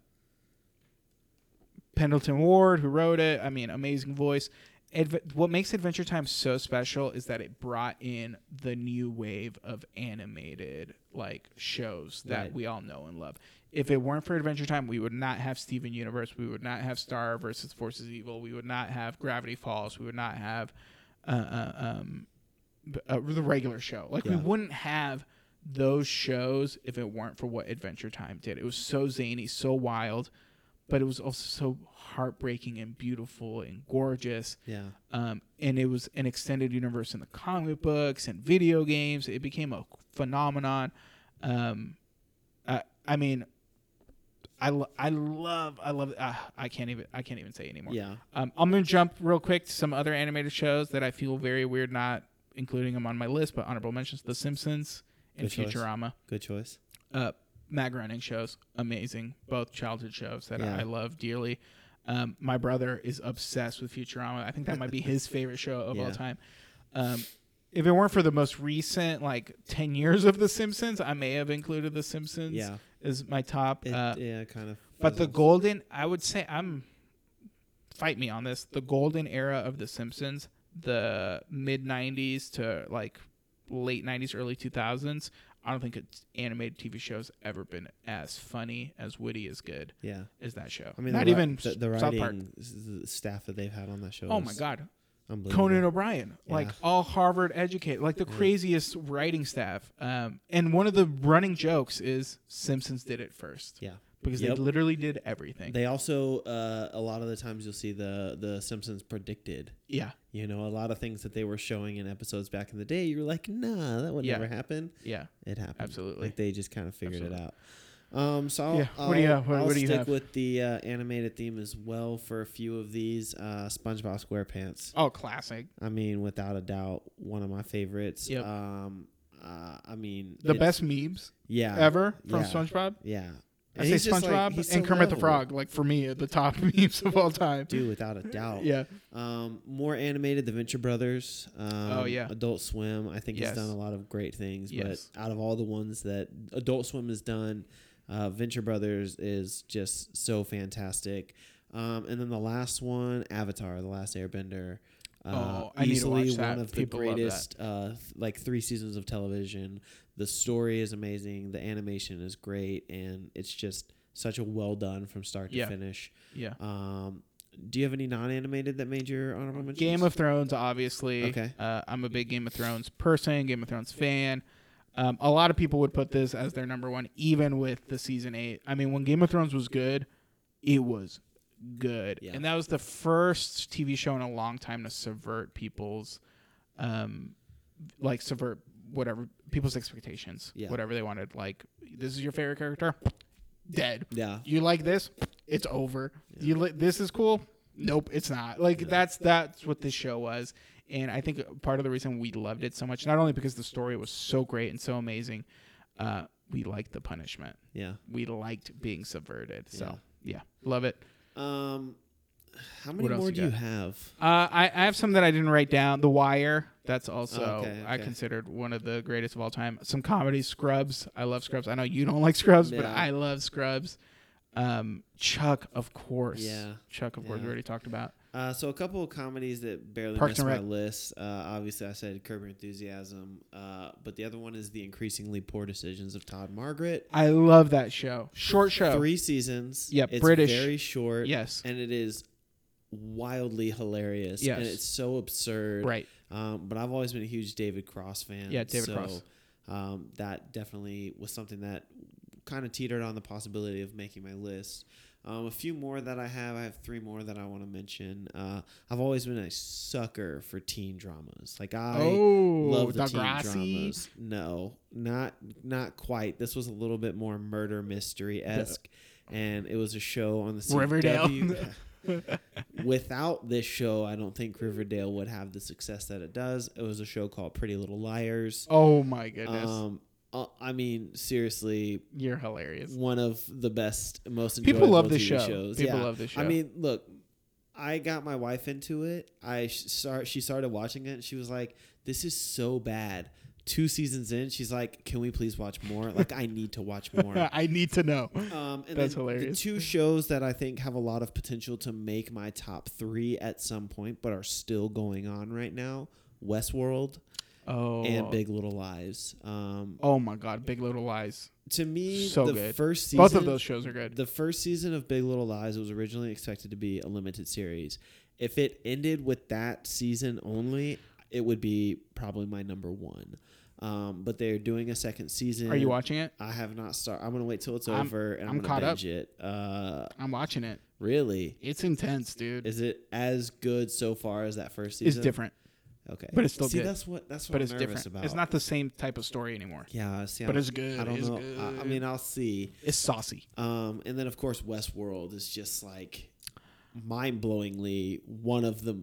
A: Pendleton Ward, who wrote it, I mean, amazing voice. Adve- what makes Adventure Time so special is that it brought in the new wave of animated like shows that
B: Right.
A: we all know and love. If it weren't for Adventure Time, we would not have Steven Universe. We would not have Star versus Forces Evil. We would not have Gravity Falls. We would not have uh, uh, um, b- uh, the regular show. Like we
B: Yeah.
A: wouldn't have those shows if it weren't for what Adventure Time did. It was so zany, so wild, but it was also so heartbreaking and beautiful and gorgeous.
B: Yeah,
A: Um, and it was an extended universe in the comic books and video games. It became a phenomenon. Um, I, I mean, I, lo- I love I love uh, I can't even I can't even say anymore.
B: yeah,
A: Um, I'm gonna jump real quick to some other animated shows that I feel very weird not including them on my list, but honorable mentions: The Simpsons and
B: Good choice.
A: Futurama.
B: good choice.
A: Uh, Matt Groening shows amazing, both childhood shows that
B: Yeah.
A: I love dearly. Um, my brother is obsessed with Futurama. I think that might be his favorite show of all
B: Yeah.
A: time. Um, if it weren't for the most recent like ten years of The Simpsons, I may have included The Simpsons
B: Yeah,
A: as my top.
B: it,
A: uh,
B: yeah, kind of.
A: but the
B: fizzles.
A: golden, I would say, I'm fight me on this. The golden era of The Simpsons, the mid '90s to like late '90s, early 2000s. I don't think it's animated TV shows ever been as funny, as witty, as good
B: Yeah,
A: as that show.
B: I mean,
A: not
B: the, ri-
A: even
B: the, the
A: South Park.
B: writing s- the staff that they've had on that show.
A: Oh my
B: is
A: God,
B: unbelievable.
A: Conan O'Brien, like
B: Yeah.
A: all Harvard educated, like the craziest writing staff. Um, and one of the running jokes is Simpsons did it first
B: Yeah,
A: because
B: Yep.
A: they literally did everything.
B: they also uh, a lot of the times you'll see the the Simpsons predicted.
A: yeah,
B: You know, a lot of things that they were showing in episodes back in the day, you were like, nah, that would
A: Yeah.
B: never happen.
A: yeah.
B: It happened.
A: Absolutely.
B: Like they just kind of figured
A: Absolutely.
B: it out. Um, so I'll,
A: Yeah. What do you
B: I'll-
A: have? What-
B: I'll
A: what do you
B: stick
A: have?
B: with the uh, animated theme as well for a few of these. Uh, SpongeBob SquarePants.
A: Oh, classic.
B: I mean, without a doubt, one of my favorites.
A: Yep.
B: Um, uh, I mean,
A: The
B: it's-
A: best memes
B: Yeah.
A: ever from
B: yeah.
A: SpongeBob.
B: Yeah.
A: I
B: And
A: say
B: he's just like-
A: SpongeBob
B: he's so
A: and Kermit the
B: lovable.
A: Frog, like for me, at the top memes of all time.
B: Dude, without a doubt.
A: Yeah,
B: Um, more animated, The Venture Brothers. Um,
A: Oh, yeah.
B: Adult Swim. I think
A: Yes.
B: has done a lot of great things,
A: Yes.
B: but out of all the ones that Adult Swim has done, uh, Venture Brothers is just so fantastic. Um, and then the last one, Avatar: The Last Airbender. Uh,
A: Oh, I need to
B: easily
A: watch that.
B: one of
A: People
B: the
A: love that.
B: greatest, uh, th- like three seasons of television. The story is amazing. The animation is great, and it's just such a well done from start to
A: Yeah.
B: finish.
A: yeah.
B: Um, do you have any non-animated that made your honorable mentions?
A: Game of Thrones, obviously.
B: Okay.
A: Uh, I'm a big Game of Thrones person, Game of Thrones fan. Um, a lot of people would put this as their number one, even with the season eight. I mean, when Game of Thrones was good, it was good,
B: Yeah.
A: and that was the first TV show in a long time to subvert people's, um, like subvert whatever people's expectations,
B: Yeah.
A: whatever they wanted. Like, this is your favorite character, dead.
B: Yeah,
A: You like this? It's over. You li- this is cool? Nope, it's not. Like that's that's what this show was, and I think part of the reason we loved it so much, not only because the story was so great and so amazing, uh, we liked the punishment.
B: yeah.
A: We liked being subverted. So
B: Yeah.
A: yeah, love it.
B: Um, how many
A: What else
B: more
A: you
B: do you have?
A: Uh, I, I have some that I didn't write down. The Wire. That's also
B: Oh, Okay,
A: I
B: okay.
A: considered one of the greatest of all time. Some comedy Scrubs. I love Scrubs. I know you don't like Scrubs, but
B: Yeah.
A: I love Scrubs. Um, Chuck, of course.
B: Yeah,
A: Chuck, of course. We
B: yeah.
A: already talked about.
B: Uh, so a couple of comedies that barely
A: Parks
B: missed
A: and
B: my
A: Rec.
B: list. Uh, obviously, I said Curb Your Enthusiasm, uh, but the other one is the increasingly poor decisions of Todd Margaret.
A: I love that show. Short show.
B: Three seasons.
A: Yeah,
B: it's
A: British.
B: Very short.
A: Yes.
B: and it is wildly hilarious.
A: Yes.
B: and it's so absurd.
A: Right.
B: Um, but I've always been a huge David Cross fan.
A: Yeah, David Cross.
B: Um, that definitely was something that kind of teetered on the possibility of making my list. Um, a few more that I have. I have three more that I want to mention. Uh, I've always been a sucker for teen dramas. Like I
A: oh,
B: love the teen
A: Degrassi.
B: dramas. No, not not quite. This was a little bit more murder mystery esque, and it was a show on the CW.
A: Riverdale.
B: Without this show, I don't think Riverdale would have the success that it does. It was a show called Pretty Little Liars.
A: Oh my goodness,
B: Um, uh, I mean, seriously,
A: you're hilarious.
B: one of the best, most enjoyable
A: People love this
B: TV
A: show.
B: shows.
A: People
B: yeah.
A: love this show.
B: I mean, look, I got my wife into it. I sh- start she started watching it and she was like, "This is so bad." Two seasons in, she's like, "Can we please watch more?" Like, I need to watch more.
A: I need to know.
B: Um, and
A: That's
B: then
A: hilarious.
B: The two shows that I think have a lot of potential to make my top three at some point, but are still going on right now: Westworld
A: Oh,
B: and Big Little Lies. Um,
A: Oh my God, Big Little Lies.
B: to me,
A: So
B: the
A: good.
B: first season,
A: Both of those shows are good.
B: the first season of Big Little Lies was originally expected to be a limited series. If it ended with that season only, it would be probably my number one. Um, but they're doing a second season.
A: Are you watching it?
B: I have not started. I'm gonna wait till it's
A: I'm-
B: over and I'm,
A: I'm
B: gonna
A: caught up.
B: binge it. Uh,
A: I'm watching it.
B: really?
A: It's intense, dude.
B: Is it as good so far as that first
A: It's
B: season?
A: different,
B: Okay,
A: but it's still
B: see
A: good.
B: that's what that's what
A: but
B: I'm
A: it's
B: nervous
A: different.
B: about.
A: It's not the same type of story anymore.
B: Yeah, see,
A: But
B: I'm-
A: it's good.
B: I don't
A: It's
B: know. I, I
A: good.
B: mean, I'll see.
A: It's saucy.
B: Um, and then of course Westworld is just like mind-blowingly one of the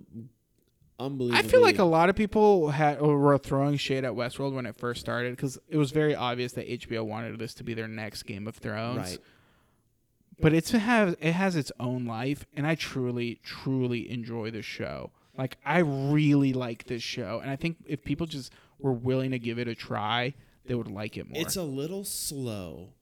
A: I
B: unbelievable.
A: feel like a lot of people had or were throwing shade at Westworld when it first started because it was very obvious that HBO wanted this to be their next Game of Thrones.
B: right.
A: But it's have it has its own life, and I truly, truly enjoy this show. Like I really like this show, and I think if people just were willing to give it a try, they would like it more.
B: It's a little slow,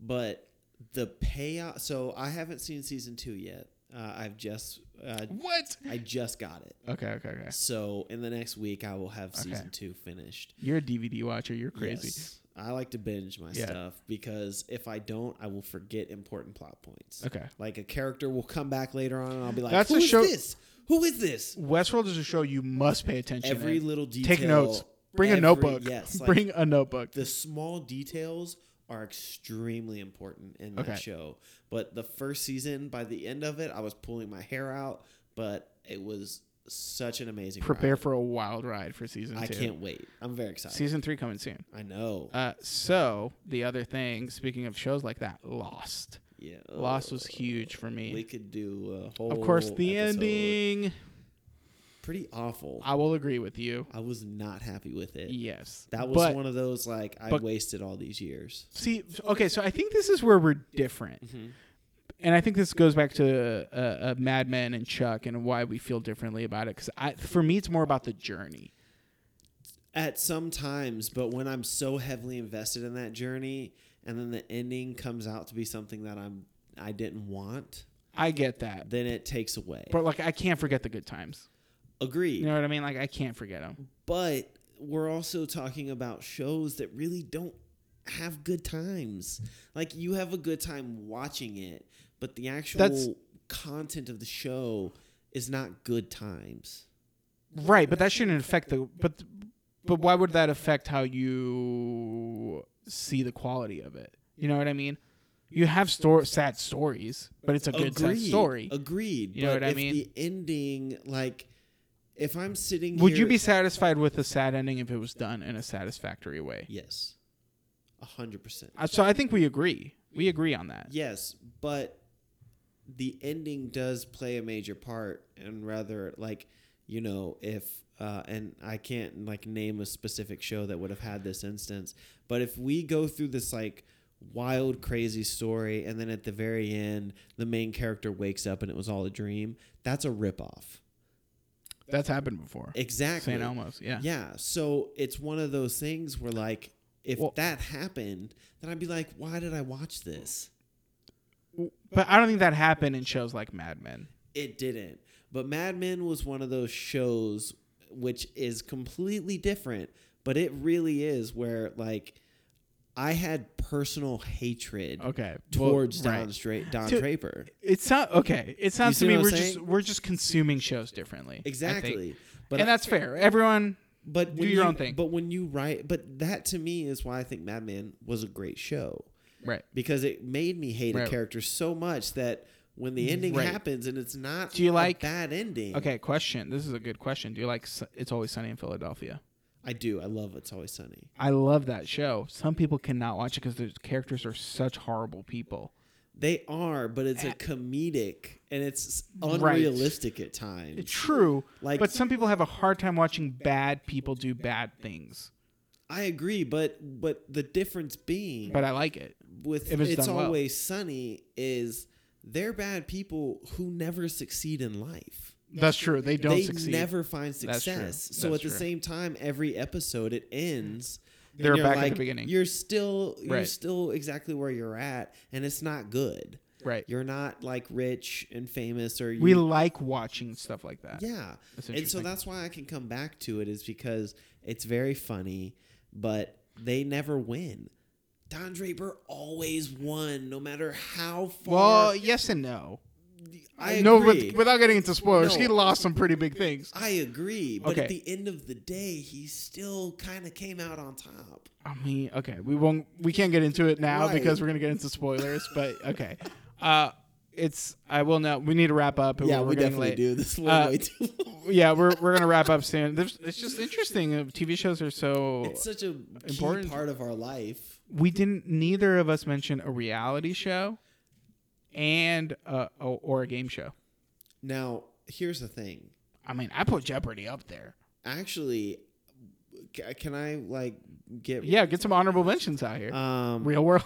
B: but the payout. So I haven't seen season two yet. Uh, I've just uh,
A: what?
B: I just got it.
A: Okay, okay, okay.
B: So in the next week, I will have
A: Okay.
B: season two finished.
A: You're a DVD watcher. You're crazy.
B: Yes. I like to binge my
A: Yeah.
B: stuff because if I don't, I will forget important plot points.
A: Okay.
B: Like a character will come back later on, and I'll be like,
A: That's
B: "Who
A: a
B: is
A: show-
B: this? Who is this?"
A: Westworld is a show you must pay attention.
B: Every
A: in.
B: little detail.
A: take notes. Bring a
B: every-
A: notebook.
B: Yes. Like
A: Bring a notebook.
B: the small details are extremely important in that
A: Okay.
B: show. But the first season, by the end of it, I was pulling my hair out, but it was such an amazing.
A: Prepare
B: ride.
A: for a wild ride for season
B: I
A: two.
B: can't wait. I'm very excited.
A: Season three coming soon.
B: I know.
A: Uh, so the other thing, speaking of shows like that, Lost.
B: yeah.
A: Lost was huge for
B: We
A: me.
B: could do a whole.
A: Of course, the
B: episode.
A: ending.
B: Pretty awful. I,
A: I will agree with you.
B: was not happy with it.
A: Yes,
B: That was
A: But-
B: one of those like I
A: but-
B: wasted all these years.
A: See, okay, so I think this is where we're different.
B: Mm-hmm.
A: and I think this goes back to uh, uh, Mad Men and Chuck and why we feel differently about it. Because I, for me, it's more about the journey.
B: At some times, but when I'm so heavily invested in that journey, and then the ending comes out to be something that I'm I didn't want,
A: I get that,
B: then it takes away.
A: but like I can't forget the good times.
B: Agreed.
A: You know what I mean? Like I can't forget them.
B: But we're also talking about shows that really don't have good times. Like you have a good time watching it, but the actual
A: That's-
B: content of the show is not good times.
A: Right, but that shouldn't affect the. But but why would that affect how you see the quality of it? You know what I mean? You have stor- sad stories, but it's a good sad story.
B: Agreed.
A: You know
B: but
A: what I
B: if
A: mean?
B: The ending, like, if I'm sitting,
A: Would you
B: here-
A: be satisfied with a sad ending if it was done in a satisfactory way?
B: Yes, a hundred percent.
A: Uh, So I think we agree. We agree on that.
B: Yes, but the ending does play a major part, and rather like you know if uh, and I can't like name a specific show that would have had this instance, but if we go through this like wild crazy story and then at the very end the main character wakes up and it was all a dream that's a ripoff
A: That's happened before.
B: exactly
A: St. Elmo's, yeah.
B: Yeah. So it's one of those things where like if
A: Well-
B: that happened, then I'd be like, why did I watch this?
A: But I don't think that happened in shows like Mad Men.
B: It didn't. But Mad Men was one of those shows which is completely different, but it really is where like I had personal hatred
A: Okay. well,
B: towards Don,
A: right.
B: Stra- Don
A: To-
B: Draper.
A: It sounds okay. It sounds
B: see
A: to me
B: what I'm
A: we're just
B: saying?
A: we're just consuming shows differently. I think.
B: Exactly. But
A: and that's fair. Everyone
B: But
A: Do
B: when
A: your
B: you-
A: own thing.
B: But when you write, but that to me is why I think Mad Men was a great show.
A: Right.
B: because it made me hate
A: Right. Mm,
B: a character so much that when the ending
A: Right.
B: happens and it's not
A: Do you
B: a
A: like-
B: bad ending.
A: Okay, question. This is a good question. Do you like S- It's Always Sunny in Philadelphia?
B: I do. I love It's Always Sunny.
A: I love that show. Some people cannot watch it because the characters are such horrible people.
B: They are, but
A: Eh.
B: it's a comedic and it's unrealistic at times.
A: True,
B: Like-
A: but some people have a hard time watching bad people do bad things.
B: I agree, but but the difference being
A: But I like it.
B: with
A: if
B: it's,
A: it's done well.
B: always sunny is they're bad people who never succeed in life.
A: That's true. They don't
B: they
A: succeed.
B: never find
A: That's true.
B: success. So
A: That's
B: at the
A: true.
B: same time, every episode it ends. and
A: They're
B: you're
A: back at the beginning.
B: You're still you're
A: Right.
B: still exactly where you're at, and it's not good.
A: Right.
B: You're not like rich and famous, or you,
A: we like watching stuff like that.
B: yeah.
A: That's
B: And so
A: interesting.
B: that's why I can come back to it is because it's very funny, but they never win. Don Draper always won, no matter how far.
A: Well, yes and no.
B: I
A: no, but
B: agree.
A: without getting into spoilers,
B: No.
A: he lost some pretty big things.
B: I agree, but at
A: Okay.
B: the end of the day, he still kind of came out on top.
A: I mean, okay, we won't, we can't get into it now
B: Right.
A: because we're gonna get into spoilers. but okay, uh, it's I will know. We need to wrap up. and
B: Yeah,
A: we're
B: we
A: getting
B: definitely
A: late.
B: do. This went
A: Uh,
B: way too long.
A: Yeah, we're we're gonna wrap up soon. There's, it's just interesting. uh, TV shows are so
B: It's such a
A: important.
B: key part of our life.
A: we didn't neither of us mention a reality show and uh, o- or a game show
B: Now, here's the thing.
A: i mean i put jeopardy up there
B: Actually, ca- can I like get
A: yeah get some honorable mentions out here
B: um
A: real world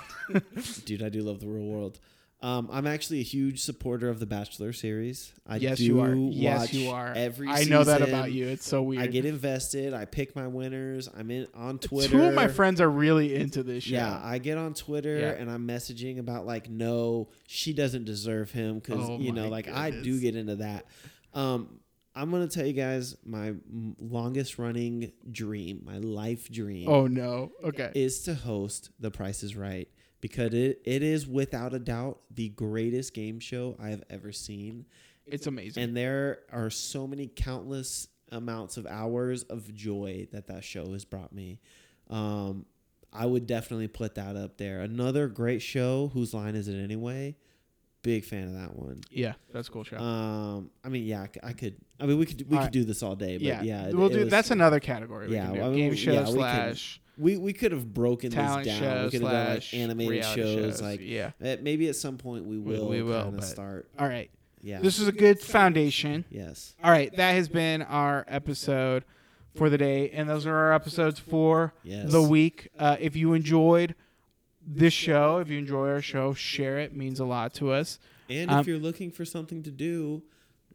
B: dude, I do love the real world. Um, I'm actually a huge supporter of the Bachelor series. I
A: yes
B: do
A: you are
B: watch
A: yes you are
B: Every
A: i know that
B: season.
A: about you it's so weird
B: I get invested. I pick my winners. I'm in on Twitter.
A: two of my friends are really into this show
B: Yeah, I get on Twitter
A: Yeah.
B: and I'm messaging about like, no, she doesn't deserve him because
A: Oh
B: you
A: my
B: know, like I do
A: goodness.
B: get into that. Um, I'm gonna tell you guys my m- longest running dream, my life dream,
A: oh no okay
B: is to host The Price Is Right because it, it is without a doubt the greatest game show I have ever seen,
A: it's amazing
B: and there are so many countless amounts of hours of joy that that show has brought me. Um, I would definitely put that up there. Another great show. Whose line is it anyway? Big fan of that one.
A: yeah that's a cool show
B: Um, I mean, yeah, I c- I could. I mean, we could we
A: All right.
B: could do this all day, but yeah,
A: yeah
B: it-
A: we'll
B: it
A: do
B: was-
A: that's another category we
B: yeah,
A: can do.
B: I mean,
A: game
B: we-
A: show
B: yeah, we can-
A: slash
B: We we could have broken
A: talent
B: this down.
A: show
B: we could have done like
A: slash
B: animated
A: reality
B: shows.
A: shows.
B: Like
A: yeah.
B: eh, maybe at some point we will.
A: we will,
B: kinda
A: but-
B: start.
A: All right.
B: Yeah.
A: This is a good foundation.
B: yes.
A: All right. That has been our episode for the day. And those are our episodes for
B: Yes.
A: the week. Uh, if you enjoyed this show, if you enjoy our show, share it. means a lot to us.
B: And
A: Um,
B: if you're looking for something to do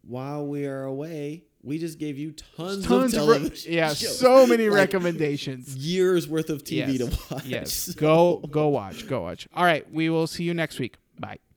B: while we are away, we just gave you tons, of
A: re-
B: television.
A: yeah,
B: shows.
A: so many
B: Like,
A: recommendations.
B: Years worth of
A: Yes,
B: TV to watch.
A: Yes. Go go watch. Go watch. All right. We will see you next week. Bye.